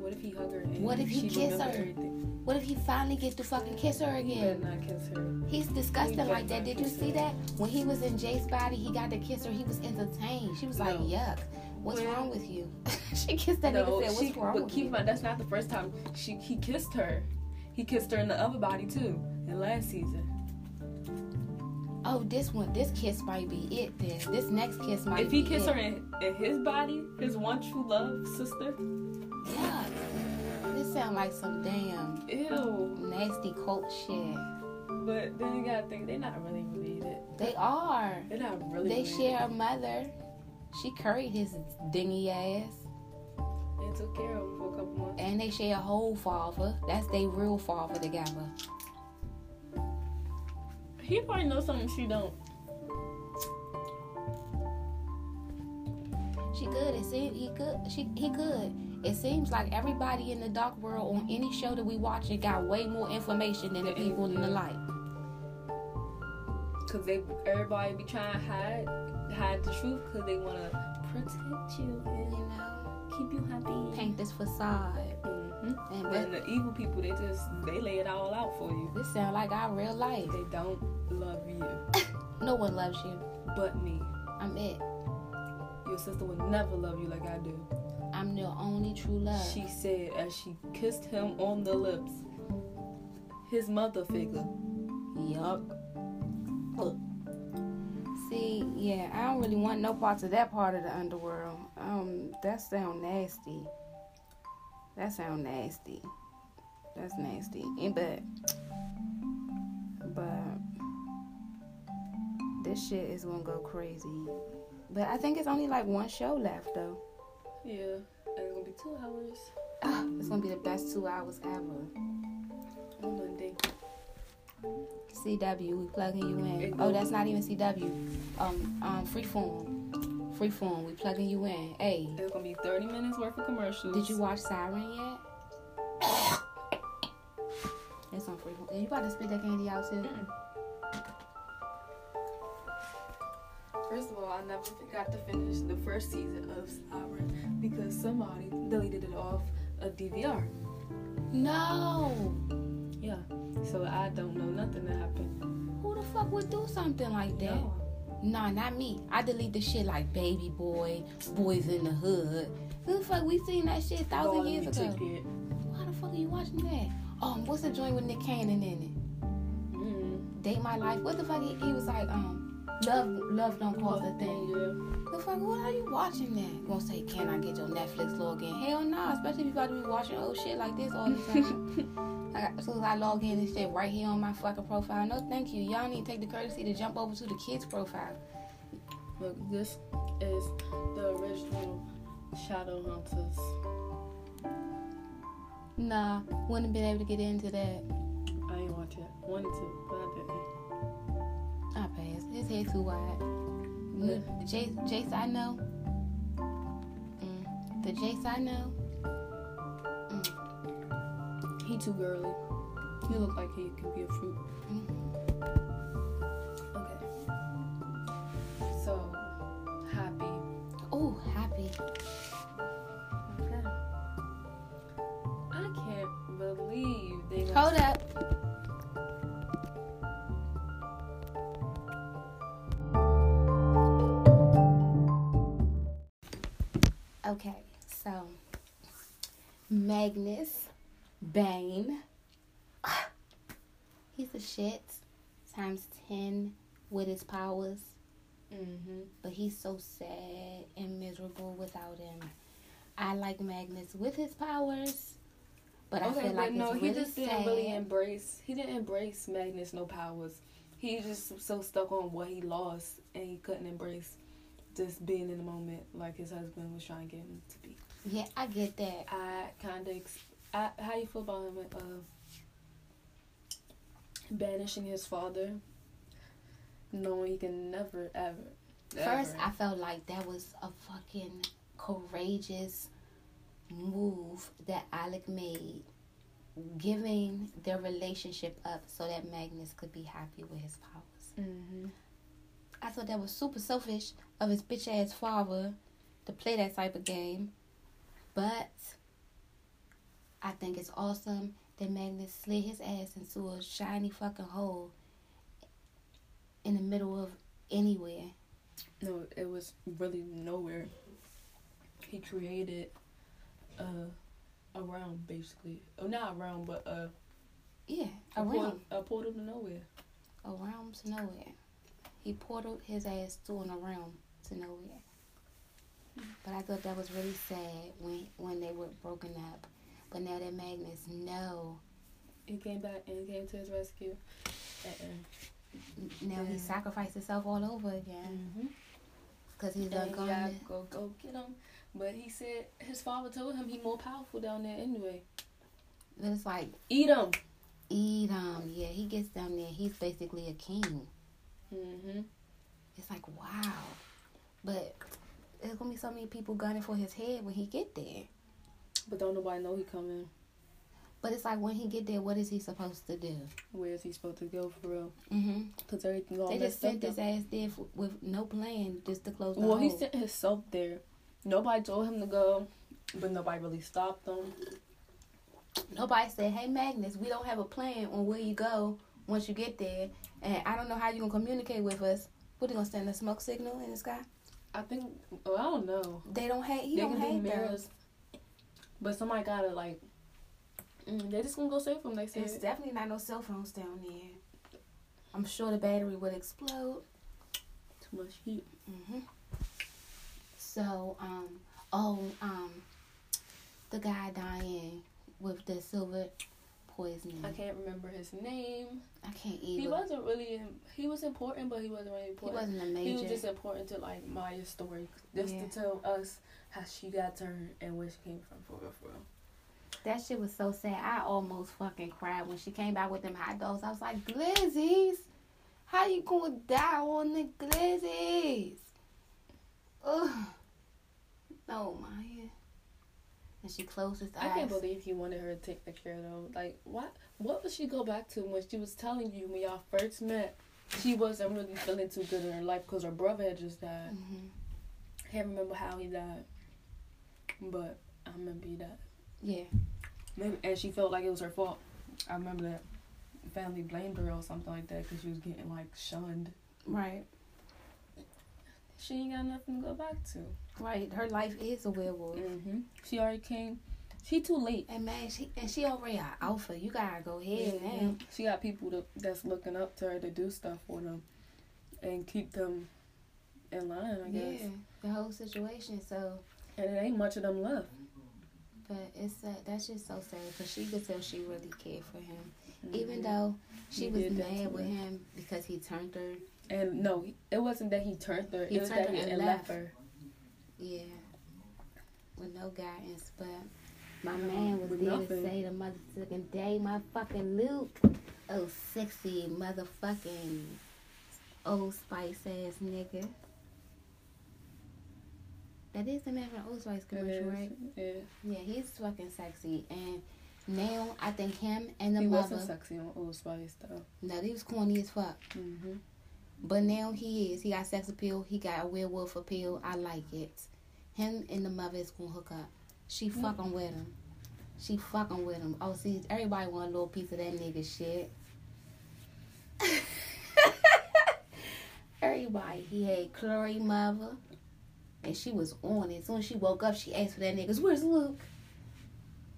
S3: What if he hugged her and
S2: What if he
S3: she
S2: kissed
S3: remembered
S2: her?
S3: everything?
S2: What if he finally get to fucking kiss her
S3: He
S2: again?
S3: better not kiss her.
S2: He's disgusting like that. Did you see that? When he was in Jake's body, he got to kiss her. He was entertained. She was like,
S3: No.
S2: yuck. What's
S3: Well-
S2: wrong with you? she kissed that
S3: no,
S2: nigga said,
S3: she,
S2: what's wrong
S3: but
S2: with
S3: keep
S2: you?
S3: in mind that's not the first time she he kissed her. He kissed her in the other body too in last season.
S2: Oh, this one, this kiss might be it then. This next kiss might
S3: If he
S2: be
S3: kissed
S2: it.
S3: her in, in his body, his one true love sister.
S2: Yuck. This sound like some damn
S3: Ew.
S2: nasty cult shit.
S3: But then you gotta think they're not really related.
S2: They are.
S3: They're not really.
S2: They
S3: related.
S2: share a mother. She curried his dingy ass.
S3: They took care of him for a couple months.
S2: And they share a whole father. That's they real father together.
S3: He probably knows something she don't.
S2: She good. It seems he good. She he good. It seems like everybody in the dark world on any show that we watch it got way more information than the people in the light.
S3: Cause they everybody be trying to hide hide the truth because they wanna protect you
S2: You
S3: and
S2: know,
S3: keep you happy.
S2: paint this facade.
S3: hmm
S2: And
S3: But
S2: but
S3: the evil people, they just they lay it all out for you.
S2: this sound like our real life.
S3: They don't love you,
S2: No one loves you.
S3: but me.
S2: I'm it.
S3: Your sister would never love you like I do.
S2: I'm your only true love.
S3: She said as she kissed him on the lips. His mother figure.
S2: Yup. See, yeah, I don't really want no parts of that part of the underworld. Um, that sound nasty. That sound nasty. That's nasty. And but, but this shit is gonna go crazy. But I think it's only like one show left though.
S3: Yeah, and it's gonna be two hours
S2: Ah, it's gonna be the best two hours ever.
S3: on Monday.
S2: CW, we plugging you in.
S3: Mm-hmm.
S2: Oh, that's not even CW. Um, um, Freeform, Freeform, we plugging you in. Hey,
S3: It's gonna be 30 minutes worth of commercials.
S2: Did you watch Siren yet? it's on free. Are you about to spit that candy out too?
S3: First of all, I never got to finish the first season of Sovereign because somebody deleted it off a DVR.
S2: No.
S3: Yeah. So I don't know nothing that happened.
S2: Who the fuck would do something like that?
S3: No.
S2: Nah, not me. I delete the shit like Baby Boy, Boys in the Hood. Who the fuck? We seen that shit a thousand
S3: Nobody
S2: years ago.
S3: took it.
S2: Why the fuck are you watching that? Um, what's the joint with Nick Cannon in it?
S3: Mm.
S2: Date My Life. What the fuck? He, he was like, um, Love, love don't cause a thing.
S3: Yeah.
S2: The fuck? What are you watching? That gonna say, can I get your Netflix login? Hell no, especially if you about to be watching old shit like this all the time. Like, as soon as I log in and shit right here on my fucking profile, no thank you. Y'all need to take the courtesy to jump over to the kids' profile.
S3: Look, this is the original Shadowhunters.
S2: Nah, wouldn't have been able to get into that.
S3: I ain't watch it. Wanted to, but I didn't.
S2: I pass. His head too wide. Look, The Jace, Jace I know. Mm. The Jace I know.
S3: He too girly. He look like he could be a fruit. Okay. So happy.
S2: Oh, happy.
S3: I can't believe they.
S2: Hold up. Okay, so Magnus Bane. He's a shit times 10 with his powers,
S3: Mm-hmm.
S2: but he's so sad and miserable without him. I like Magnus with his powers, but I
S3: Okay,
S2: feel like
S3: but no,
S2: it's
S3: he
S2: really
S3: just didn't
S2: sad.
S3: really embrace. He didn't embrace Magnus no powers. He just was so stuck on what he lost, and he couldn't embrace just being in the moment like his husband was trying to get him to be.
S2: Yeah, I get that.
S3: I kind of. Ex- I, how you feel about him uh, banishing his father, knowing he can never ever.
S2: First,
S3: ever-
S2: I felt like that was a fucking courageous move that Alec made, giving their relationship up so that Magnus could be happy with his powers.
S3: Mhm.
S2: I thought that was super selfish of his bitch ass father to play that type of game, but I think it's awesome that Magnus slid his ass into a shiny fucking hole in the middle of anywhere.
S3: No, it was really nowhere. He created uh, a realm, basically. Oh, not a realm, but uh,
S2: Yeah,
S3: a,
S2: around.
S3: Portal, a portal to nowhere.
S2: a realm to nowhere. He portaled his ass to in a realm to nowhere. But I thought that was really sad when when they were broken up. But now that Magnus know,
S3: He came back and he came to his rescue. Uh-uh.
S2: n- now he
S3: Yeah.
S2: sacrificed himself all over again
S3: Mm-hmm.
S2: because he's done
S3: And
S2: gone.
S3: yeah, go go get him. But he said his father told him he more powerful down there anyway.
S2: But it's like
S3: Eat him.
S2: eat him. Yeah, he gets down there. He's basically a king.
S3: Mm-hmm.
S2: It's like wow, but there's gonna be so many people gunning for his head when he get there.
S3: But don't nobody know he coming.
S2: But it's like when he get there, what is he supposed to do?
S3: Where is he supposed to go for real?
S2: Mm-hmm.
S3: Cause everything all
S2: They just
S3: messed
S2: sent
S3: up.
S2: his ass there f- with no plan, just to close the
S3: Well,
S2: hole.
S3: he sent himself there. Nobody told him to go, but nobody really stopped him.
S2: Nobody said, "Hey Magnus, we don't have a plan on where you go once you get there, and I don't know how you gonna communicate with us. What are gonna send a smoke signal in the sky?
S3: I think. Well, I don't know.
S2: They don't have. He
S3: they
S2: don't
S3: can do
S2: have those.
S3: mirrors, but somebody gotta like. mm, they just gonna go save him. They
S2: There's
S3: said.
S2: definitely not no cell phones down there. I'm sure the battery would explode.
S3: Too much heat.
S2: hmm So, um, oh, um, the guy dying with the silver poisoning.
S3: I can't remember his name.
S2: I can't
S3: He
S2: either.
S3: wasn't really. im- He was important, but he wasn't really
S2: He
S3: important.
S2: wasn't a
S3: He
S2: major.
S3: was just important to like Maya's story, just
S2: Yeah.
S3: to tell us how she got turned and where she came from. For real, for real.
S2: That shit was so sad. I almost fucking cried when she came back with them hot dogs. I was like, Glizzies, how you gonna die on the Glizzies? Ugh. Oh my. And she closed his eyes.
S3: I can't believe he wanted her to take the care though. Like, what? What would she go back to when she was telling you when y'all first met? She wasn't really feeling too good in her life because her brother had just died.
S2: Mhm.
S3: Can't remember how he died, but I remember he died.
S2: Yeah.
S3: Maybe, and she felt like it was her fault. I remember that family blamed her or something like that because she was getting like shunned.
S2: Right.
S3: She ain't got nothing to go back to.
S2: Right. Her life is a werewolf.
S3: hmm She already came. She too late.
S2: And man, she and she already an alpha. You gotta go ahead now.
S3: She got people to, that's looking up to her to do stuff for them. and keep them in line, I guess.
S2: Yeah, the whole situation. So,
S3: And it ain't much of them left.
S2: but it's uh, that's just so sad because she could tell she really cared for him, even though she
S3: Mm-hmm. He
S2: was
S3: did that
S2: mad
S3: to
S2: with
S3: her.
S2: him because he turned her.
S3: And no, he- it wasn't that he turned her.
S2: He
S3: it was
S2: turned
S3: that
S2: her
S3: he
S2: and
S3: and
S2: left.
S3: left her.
S2: Yeah, with no guidance. But my man was
S3: with
S2: there
S3: nothing.
S2: to say the motherfucking day, my fucking Luke. Oh, sexy motherfucking old spice ass nigga. That is the man from the Old Spice
S3: It
S2: commercial,
S3: is,
S2: right?
S3: Yeah.
S2: Yeah, he's fucking sexy, and now I think him and the
S3: he wasn't
S2: mother.
S3: sexy on Old Spice though.
S2: No, he was corny as fuck,
S3: Mm-hmm.
S2: but now he is. He got sex appeal. He got a werewolf appeal. I like it. Him and the mother is gonna hook up. She
S3: Yeah.
S2: fucking with him. She fucking with him. Oh, see, everybody want a little piece of that nigga shit. everybody. He had Chloe mother, and she was on it. As soon as she woke up, she asked for that niggas. Where's Luke?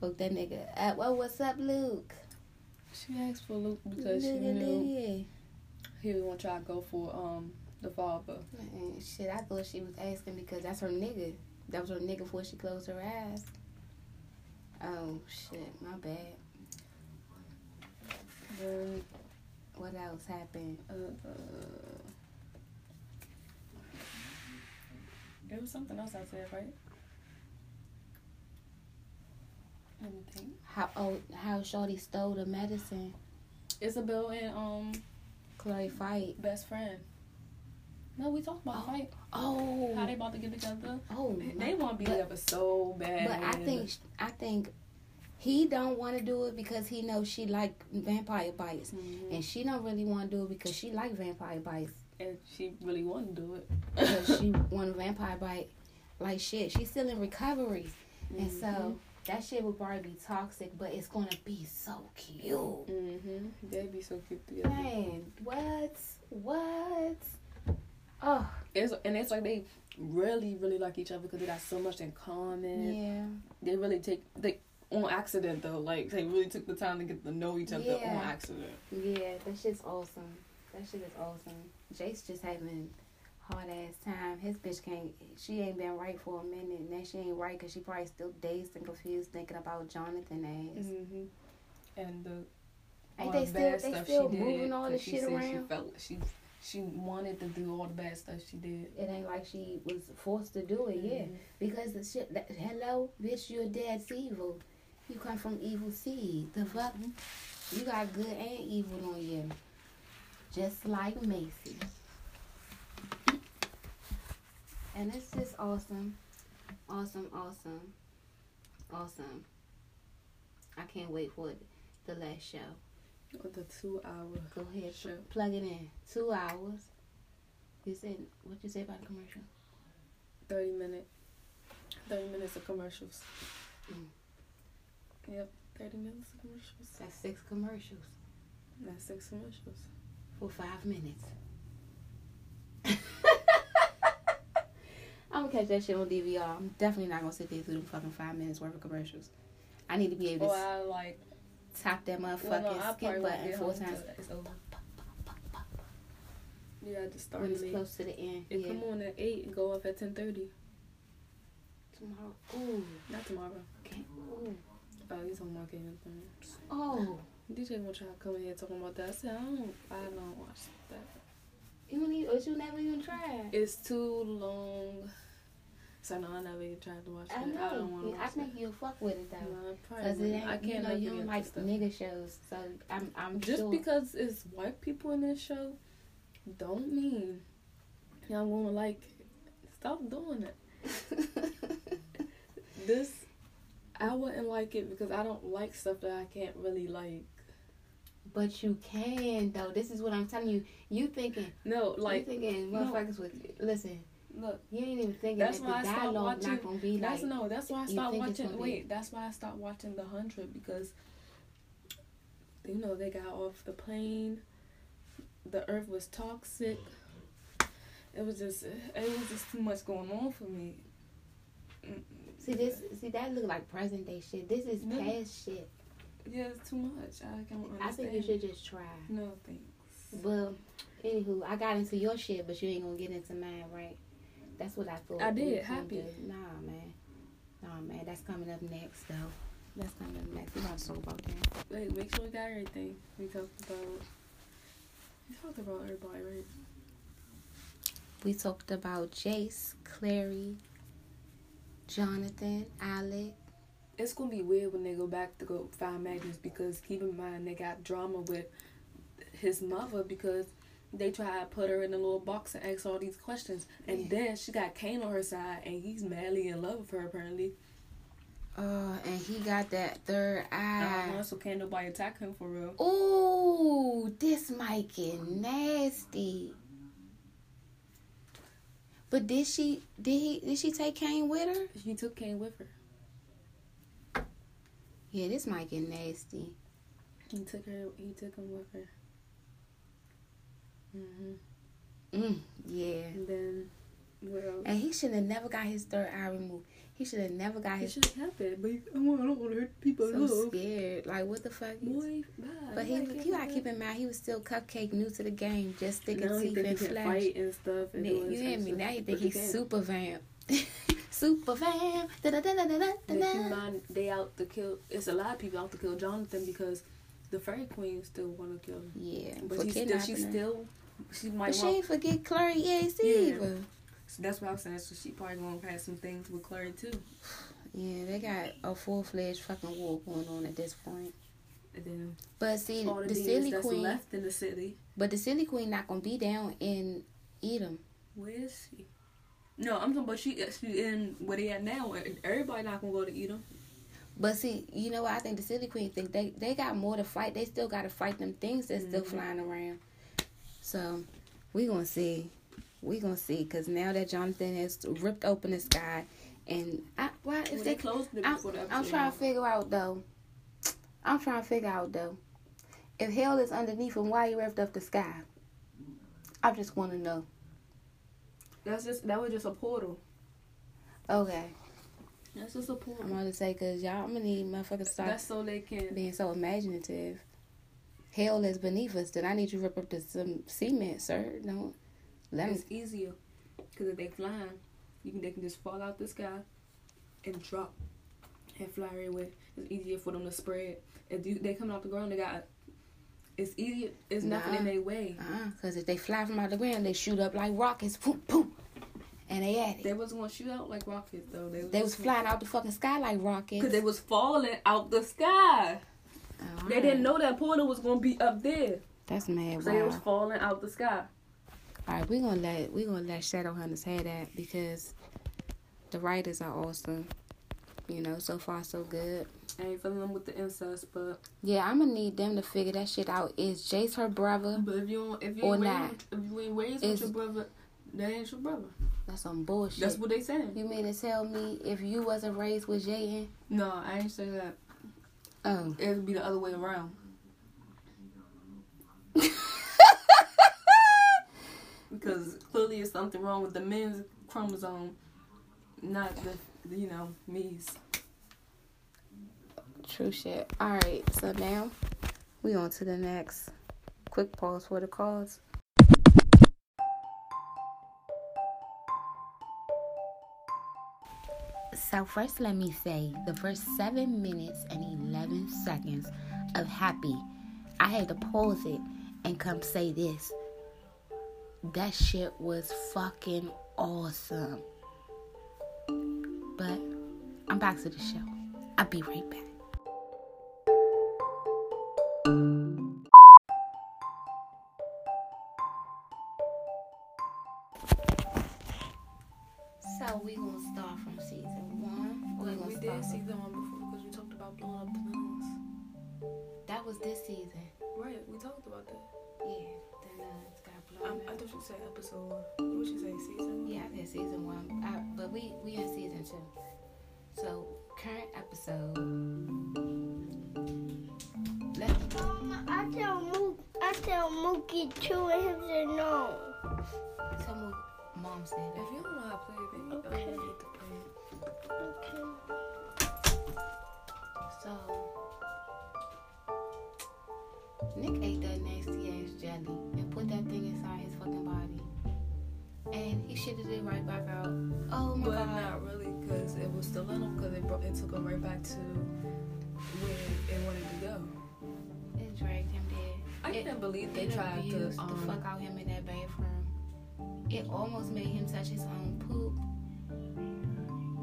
S2: Woke that nigga up. Well, what's up, Luke?
S3: She asked for Luke because she
S2: Nigga,
S3: knew
S2: yeah.
S3: he was gonna try to go for um the father.
S2: Mm-mm, Shit, I thought she was asking because that's her nigga. That was her nigga before she closed her eyes. Oh shit, my bad.
S3: Then,
S2: What else happened?
S3: uh, it was something else I said, right? Let me think.
S2: How oh how Shorty stole the medicine?
S3: Isabel and um
S2: Chloe fight.
S3: best friend. No, we talked about the fight.
S2: Oh,
S3: How they about to get together?
S2: oh, my-
S3: They want to be
S2: but-
S3: together so bad.
S2: But I think I think he don't want to do it because he knows she like vampire bites,
S3: Mhm.
S2: and she don't really want to do it because she like vampire bites.
S3: and she really want to do it.
S2: because she won a vampire bite. Like shit, she's still in recovery, and so that shit would probably be toxic, but it's gonna be so cute.
S3: Mm-hmm. They'd be so cute together.
S2: Man, what? What? Oh
S3: It's and it's like they really really like each other because they got so much in common.
S2: yeah,
S3: They really take they on accident though. Like they really took the time to get to know each other
S2: Yeah.
S3: on accident.
S2: yeah. That shit's awesome. That shit is awesome. Jake's just having hard ass time. His bitch can't. She ain't been right for a minute, and then she ain't right because she probably still dazed and confused thinking about Jonathan ass.
S3: Mm-hmm. And the
S2: Ain't
S3: all
S2: they
S3: the
S2: still?
S3: bad
S2: They
S3: stuff
S2: still
S3: she did,
S2: moving all
S3: 'cause
S2: this
S3: she
S2: shit
S3: said
S2: around.
S3: She felt she she wanted to do all the bad stuff she did.
S2: It ain't like she was forced to do it, yeah. Because the shit, that, hello, bitch, your dad's evil. You come from evil seed. The fuck, you got good and evil on you, just like Macy. And it's just awesome, awesome, awesome, awesome. I can't wait for it, the last show.
S3: With the two hour
S2: Go ahead,
S3: Sure.
S2: plug it in. Two hours. You said what you say about the commercial?
S3: thirty minute thirty minutes of commercials.
S2: Mm.
S3: Yep, thirty minutes of commercials.
S2: That's six commercials.
S3: That's six commercials.
S2: for five minutes. I'm gonna catch that shit on DVR. I'm definitely not gonna sit there through them fucking five minutes worth of commercials. I need to be able
S3: Well,
S2: to
S3: Oh, I like
S2: s- tap that motherfucking
S3: well, no, I probably
S2: skip
S3: won't
S2: button
S3: get
S2: four
S3: home
S2: times
S3: times. It's over. Yeah, I just
S2: when
S3: started
S2: it's
S3: late.
S2: close to the end.
S3: It
S2: yeah.
S3: come on at eight and go off at ten thirty.
S2: Tomorrow. Ooh.
S3: Not tomorrow.
S2: Okay. Ooh.
S3: Oh, he's on my game. thing.
S2: Oh.
S3: DJ gonna try to come in here talking about that. I said I don't. I don't watch that.
S2: You need, or you never even tried.
S3: It's too long. So no, I never even tried to watch that.
S2: I
S3: I don't want to
S2: know. I,
S3: watch
S2: think you'll fuck with it
S3: that.
S2: though.
S3: No, I probably.
S2: Cause it
S3: wouldn't.
S2: ain't,
S3: I can't.
S2: you know,
S3: never
S2: you
S3: get
S2: don't
S3: into
S2: like
S3: stuff.
S2: nigga shows, so I'm, I'm
S3: Just
S2: sure.
S3: because it's white people in this show, don't mean y'all wanna like it. Stop doing it. This, I wouldn't like it because I don't like stuff that I can't really like.
S2: But you can though. This is what I'm telling you. You thinking,
S3: No,
S2: like,
S3: like
S2: you thinking,
S3: no.
S2: motherfuckers with. Listen,
S3: look.
S2: you ain't even thinking
S3: That's
S2: that
S3: why I
S2: the
S3: stopped
S2: dialogue
S3: watching-
S2: not gonna be like.
S3: That's no. That's why I
S2: you
S3: stopped
S2: think it's
S3: watching.
S2: gonna be-
S3: Wait, that's why I stopped watching The Hundred because you know they got off the plane. The earth was toxic. It was just. It was just too much going on for me. Mm,
S2: See this? See that look like present day shit. This is
S3: No.
S2: past shit.
S3: Yeah, it's too much. I can't understand.
S2: I think you should just try.
S3: No thanks.
S2: Well, anywho, I got into your shit, but you ain't gonna get into mine, right? That's what I thought.
S3: I
S2: we
S3: did,
S2: was gonna
S3: happy.
S2: do. Nah, man. Nah, man. That's coming up next, though. That's coming up next. We gotta talk about that.
S3: Wait, make sure we got everything. We talked about. We talked about everybody, right?
S2: We talked about Jace, Clary, Jonathan, Alec.
S3: It's gonna be weird when they go back to go find Magnus because keep in mind they got drama with his mother because they tried to put her in a little box and ask all these questions and then she got Kane on her side and he's madly in love with her apparently.
S2: Oh, and he got that third
S3: Uh-huh,
S2: eye.
S3: so can't nobody attack him for real.
S2: Uh-huh. Ooh, this might get nasty. But did she? Did he? Did she take Kane with her?
S3: She took Kane with her.
S2: Yeah, this might get nasty.
S3: He took her. He took him with her.
S2: Mm-hmm.
S3: hmm
S2: Mm, yeah.
S3: And then, well,
S2: And he should have never got his third eye removed. He should have never got
S3: it
S2: his.
S3: should happen. But you- I want- I don't want to hurt people. I
S2: So
S3: love.
S2: scared. Like what the fuck? is-
S3: Boy, bye.
S2: But he, you gotta keep in mind he was still cupcake, new to the game, just sticking
S3: Now he
S2: teeth
S3: think he
S2: and
S3: can
S2: flesh.
S3: fight and stuff. And
S2: Nick,
S3: all
S2: you
S3: this
S2: hear
S3: other
S2: me?
S3: stuff.
S2: Now you
S3: But
S2: think he's
S3: can't.
S2: super vamp. super vamp. Da-da-da-da-da-da-da.
S3: And if you mind, they out to kill. It's a lot of people out to kill Jonathan because the fairy queen still want to kill him.
S2: Yeah,
S3: But
S2: for
S3: she still,
S2: kidnapping
S3: she
S2: her.
S3: still, she might
S2: But she
S3: want
S2: ain't forget Clary Yates
S3: Yeah.
S2: either.
S3: So that's what I'm saying. So she probably gonna have some things with Clary too.
S2: Yeah, they got a full fledged fucking war going on at this point.
S3: And then
S2: But see,
S3: all the,
S2: the
S3: demons
S2: silly
S3: that's
S2: queen,
S3: left in the city.
S2: but the silly queen not gonna be down in Edom.
S3: Where is she? No, I'm talking about she. uh, She in where they at now. and Everybody not gonna go to Edom.
S2: But see, you know what? I think the silly queen think they they got more to fight. They still got to fight them things that's still
S3: Mhm.
S2: flying around. So we gonna see, we gonna see, cause now that Jonathan has ripped open the sky, and I why if
S3: Well,
S2: they,
S3: closed it
S2: I'm,
S3: before the
S2: I'm
S3: episode
S2: trying to
S3: ended.
S2: figure out though. I'm trying to figure out though. If hell is underneath him, why he ripped up the sky? I just want to know.
S3: That's just that was just a portal.
S2: Okay,
S3: That's just a
S2: I'm
S3: portal.
S2: gonna say cause y'all, I'm gonna need motherfuckers to stop
S3: That's so they can.
S2: being so imaginative. Hell is beneath us. Then I need you to rip up the some cement, sir. Don't let me.
S3: It's easier because if they flying, you can they can just fall out the sky and drop and fly right away. It's easier for them to spread. If you, they coming off the ground, they got. It's easier. It's nothing in
S2: Nah.
S3: their way.
S2: Uh-uh, Cause if they fly from out the ground, they shoot up like rockets. Boom, boom, and they at
S3: They
S2: it.
S3: wasn't gonna shoot out like rockets though. They was,
S2: They was flying out the fucking sky like
S3: because
S2: rockets.
S3: they was falling out the sky.
S2: Oh,
S3: They didn't know that portal was gonna be up there.
S2: That's mad.
S3: So
S2: Wow.
S3: they was falling out the sky.
S2: All right, we gonna let we gonna let Shadowhunters have that because the writers are awesome. You know, so far so good.
S3: I ain't feeling them with the incest, but
S2: Yeah, I'm gonna need them to figure that shit out. Is Jace her brother?
S3: but if you don't, if you
S2: Or
S3: ain't
S2: not.
S3: raised, if you ain't raised
S2: It's-
S3: with your brother, that ain't your brother.
S2: That's some bullshit.
S3: That's what they saying.
S2: You mean to tell me if you wasn't raised with Jaden?
S3: No, I ain't say that.
S2: Oh.
S3: It would be the other way around. Because clearly it's something wrong with the men's chromosome, not the, you know, me's.
S2: True shit. All right, so now we on to the next quick pause for the cause.
S1: So, first, let me say the first seven minutes and 11 seconds of Happy, I had to pause it and come say this. That shit was fucking awesome. But I'm back to the show. I'll be right back.
S2: So we gonna start from season one. Or we gonna start from-
S3: the one before because we talked about blowing up the moons.
S2: that was this season.
S3: Right, we talked about that.
S2: Yeah, the nuns got blown up.
S3: thought you said episode one. What you say, season
S2: Yeah, I said season one, I, but we we in season two. So current episode. Let's
S5: Mama, I tell Mook, I tell Mookie too, and him say no.
S2: tell me, what mom said.
S3: If you don't know how to play it, then
S5: you don't Okay. need
S3: to play it.
S5: Okay.
S2: So, Nick ate that nasty ass jelly and put that thing inside his fucking body. And he shitted it right back out. Oh my
S3: But
S2: god.
S3: not really, because it was still in him, because it, brought, it took him right back to where it wanted to go.
S2: It dragged him dead.
S3: I
S2: It-
S3: couldn't believe they
S2: it
S3: tried to.
S2: abused
S3: Um,
S2: the fuck out him in that bathroom. It almost made him touch his own poop.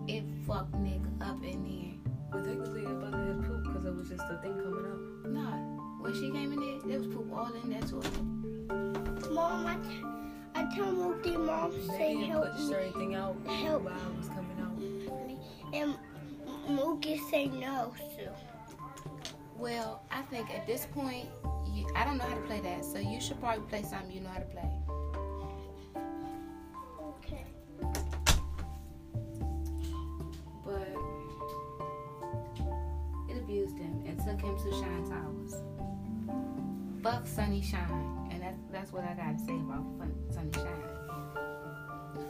S2: It fucked Nick up in there.
S3: but technically, it wasn't his poop, because it was just a thing coming out.
S2: Nah, when she came in there, there was poop all in that toilet.
S5: Mom, I, t- I tell Mookie, Mom, say
S3: Maybe it
S5: help
S3: pushed
S5: me,
S3: everything out
S5: help
S3: while it was coming out.
S5: me. And Mookie say no, so.
S2: Well, I think at this point, you, I don't know how to play that, so you should probably play something you know how to play.
S5: Okay.
S2: But it abused him and took him to Shine Towers. Fuck Sunny Shine, and that's that's what I gotta say about fuck Sunny Shine.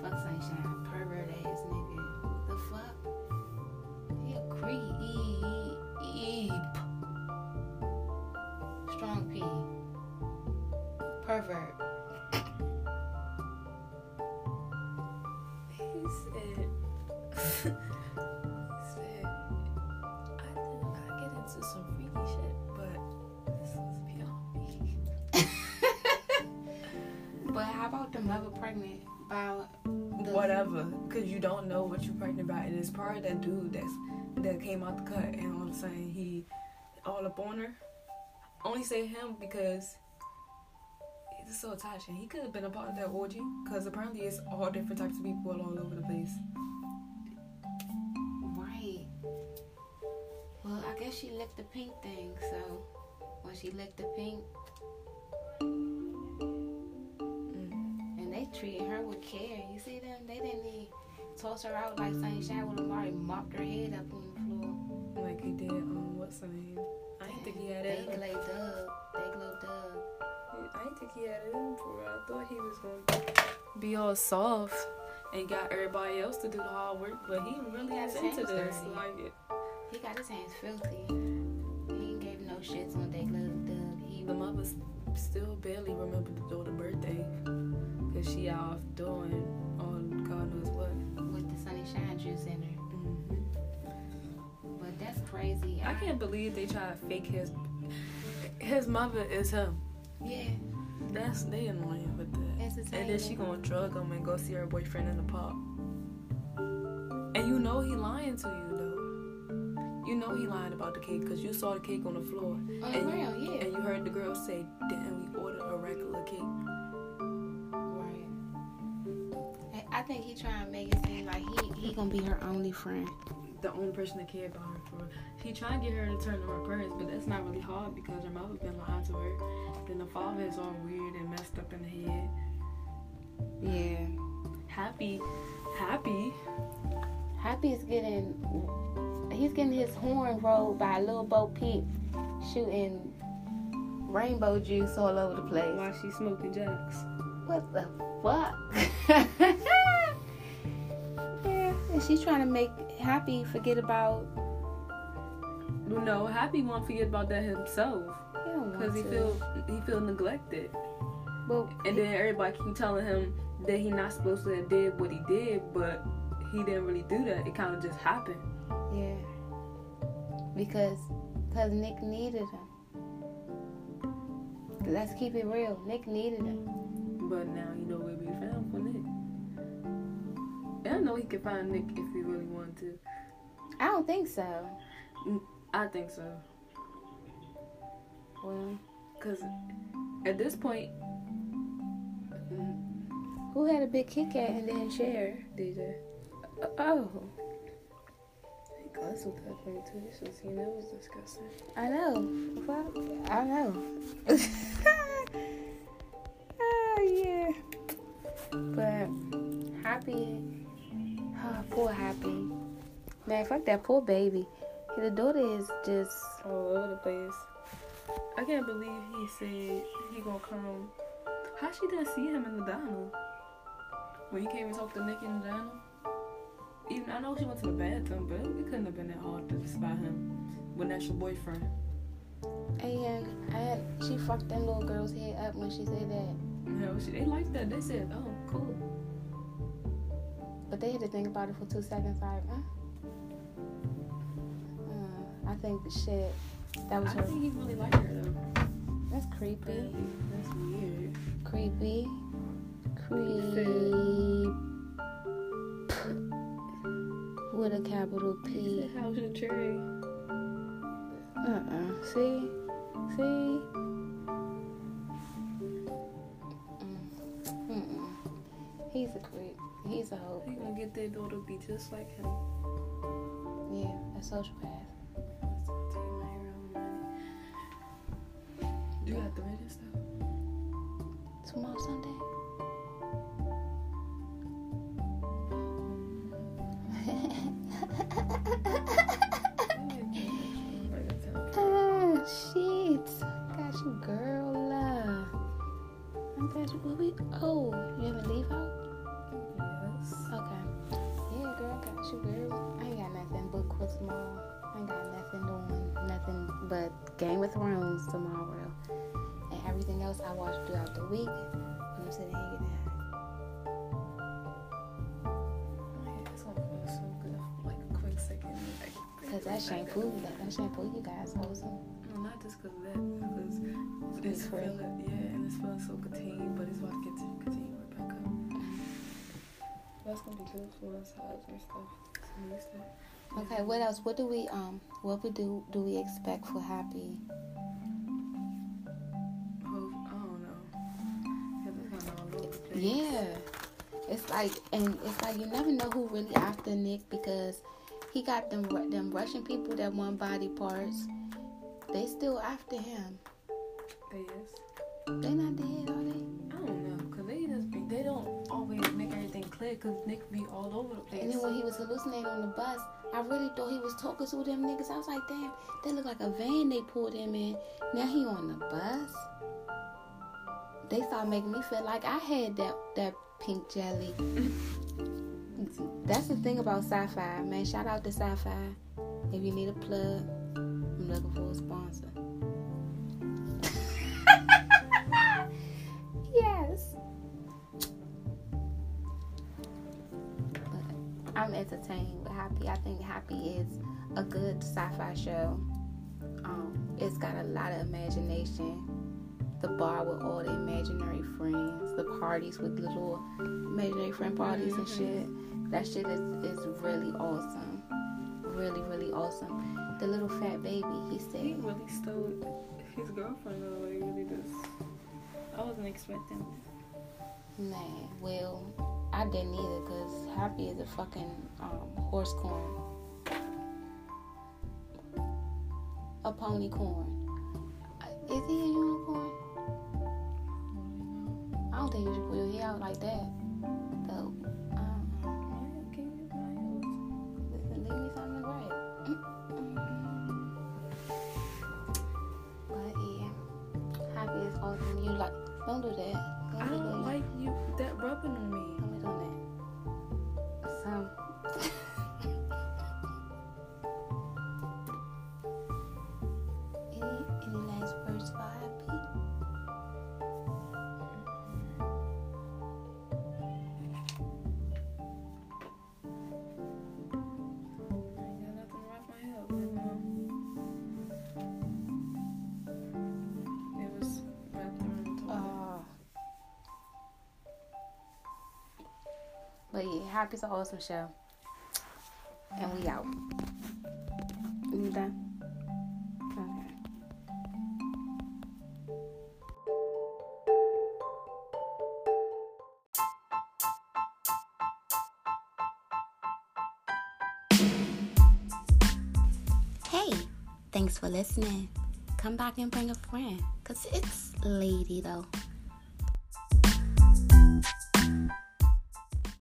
S2: Fuck Sunny Shine, pervert ass nigga. The fuck? He a creep. Strong P. Pervert.
S3: He said, he said, I did not get into some freaky shit, but this was beyond me.
S2: But how about the mother pregnant by the
S3: Whatever, because you don't know what you're pregnant about. And it's probably that dude that's that came out the cut, and all of a sudden he all up on her. Only say him because it's so attaching. He could have been a part of that orgy, because apparently it's all different types of people all over the place.
S2: Right. Well, I guess she licked the pink thing, so when she licked the pink, mm, and they treated her with care. You see them? They didn't even toss her out like Sunny Shine would have already mopped her head up on the floor.
S3: Like he did, um, what's her name? I didn't think he had it.
S2: They
S3: in him.
S2: glowed Doug. They glowed Doug.
S3: I didn't think he had it in for real. I thought he was gonna be all soft and got everybody else to do the hard work, but he really
S2: Yeah,
S3: is
S2: the
S3: into
S2: hands
S3: this.
S2: dirty.
S3: Like it.
S2: He got his hands filthy. He ain't gave no shits on They glowed Doug. He
S3: The mother s- still barely remembered the daughter's birthday because she off doing on God knows what. Mm-hmm.
S2: with the Sunny Shine juice in her. But that's crazy.
S3: I can't believe they try to fake his. His mother is him.
S2: Yeah,
S3: That's they annoying with that.
S2: it's the
S3: And then she gonna drug him and go see her boyfriend in the pub. And you know he lying to you though. You know he lying about the cake because you saw the cake on the floor
S2: on the
S3: and-
S2: ground. Yeah.
S3: and you heard the girl say, "Damn, we ordered a regular cake."
S2: Right. I- I think he trying to make it seem like he he gonna be her only friend.
S3: The only person that cared about her for real. He trying to get her to turn to her parents, but that's not really hard because her mother been lying to her. Then the father is all weird and messed up in the head.
S2: Yeah.
S3: Happy, happy.
S2: Happy is getting he's getting his horn rolled by Lil Bo Peep shooting rainbow juice all over the place.
S3: While she smoking jacks.
S2: What the fuck? yeah, and she's trying to make Happy forget about
S3: You know, happy won't forget about that himself. Cause he feel he feel neglected,
S2: well,
S3: and then everybody keep telling him that he not supposed to have did what he did, but he didn't really do that. It kind of just happened.
S2: Yeah. Because cause Nick needed him. Let's keep it real. Nick needed him.
S3: But now you know where we found for Nick. And I know he could find Nick if he really wanted to.
S2: I don't think so.
S3: I think so.
S2: Well,
S3: Cause at this point, mm,
S2: who had a big Kit Kat and then chair?
S3: DJ,
S2: Oh,
S3: he cussed with that thing too. You should see that was disgusting.
S2: I know. Well, I know. oh yeah. But happy. Oh, poor happy. Man, fuck that poor baby. The daughter is just
S3: all over the place. I can't believe he said he gonna come. How she didn't see him in the diner when he came and talked to Nick in the diner? Even I know she went to the bathroom, but it couldn't have been that hard to spot him when that's your boyfriend.
S2: And I, she fucked that little girl's head up when she said that.
S3: No, she, they liked that. They said, oh, cool.
S2: But they had to think about it for two seconds, like, huh? Uh, I think the shit. That was
S3: I
S2: her.
S3: think he really liked her, though.
S2: That's creepy.
S3: That's weird.
S2: Creepy. Creep.
S3: Creepy.
S2: With a capital P.
S3: How was your cherry?
S2: Uh-uh. See? See? Mm. Mm-mm. He's a creep. He's a hoe.
S3: He gonna get that daughter be just like him.
S2: Yeah, a sociopath.
S3: Take my own money. You got the latest stuff?
S2: Tomorrow Sunday. Oh shit! Got you, girl. Uh, I'm glad you. Will we? Oh, you haven't leave out?
S3: Yes.
S2: Okay. Yeah, girl. Got you, girl. I ain't got nothing but quiz tomorrow. I ain't got nothing doing. Nothing but Game of Thrones tomorrow, and everything else I watch throughout the week. And I'm sitting here getting high.
S3: It's gonna feel so good for like a quick second. Like,
S2: Cause that shampoo, that, that shampoo you guys awesome.
S3: No, not just cause of that. Because it's,
S2: It's free.
S3: feeling, yeah, and it's feeling so contained, but it's about to get to continue right back up. That's gonna be good for us, house and stuff. Some new stuff.
S2: Okay, what else? What do we um? What we do? Do we expect for happy?
S3: Hope, I don't know. Yeah, that's kinda all over the place.
S2: Yeah. It's like and it's like you never know who really after Nick because he got them Ru- them Russian people that want body parts. They still after him.
S3: They is.
S2: They not dead, are they?
S3: I don't know, cause they just be they don't always make everything clear, cause Nick be all over the place.
S2: And then when he was hallucinating on the bus, I really thought he was talking to them niggas. I was like, damn, they look like a van they pulled him in. Now he on the bus. They start making me feel like I had that that pink jelly. That's the thing about sci-fi, man. Shout out to sci-fi. If you need a plug, I'm looking for a sponsor. yes. But I'm entertained with Happy. I think Happy is a good sci-fi show. Um, it's got a lot of imagination. The bar with all the imaginary friends, the parties with little imaginary friend parties and shit. That shit is, is really awesome. Really, really awesome. The little fat baby, he
S3: he
S2: said,
S3: really stole his girlfriend though, like really just I wasn't expecting
S2: Nah, well, I didn't either because Happy is a fucking um, horse corn. A pony corn. Uh, Is he a unicorn? I don't think you should pull your hair out like that. Though, um, listen, leave me something right. But yeah, Happy is awesome. You like, don't do that.
S3: I
S2: Don't do that.
S3: don't like you that rubbing on
S2: Don't
S3: me.
S2: be doing that. So. any any last words for Happy?
S3: I ain't got nothing to wrap my head around. It was wrapped around the toilet.
S2: Oh. But yeah, Happy's an awesome show. And we out. You done? Okay.
S1: Hey, thanks for listening. Come back and bring a friend, because it's Lady though.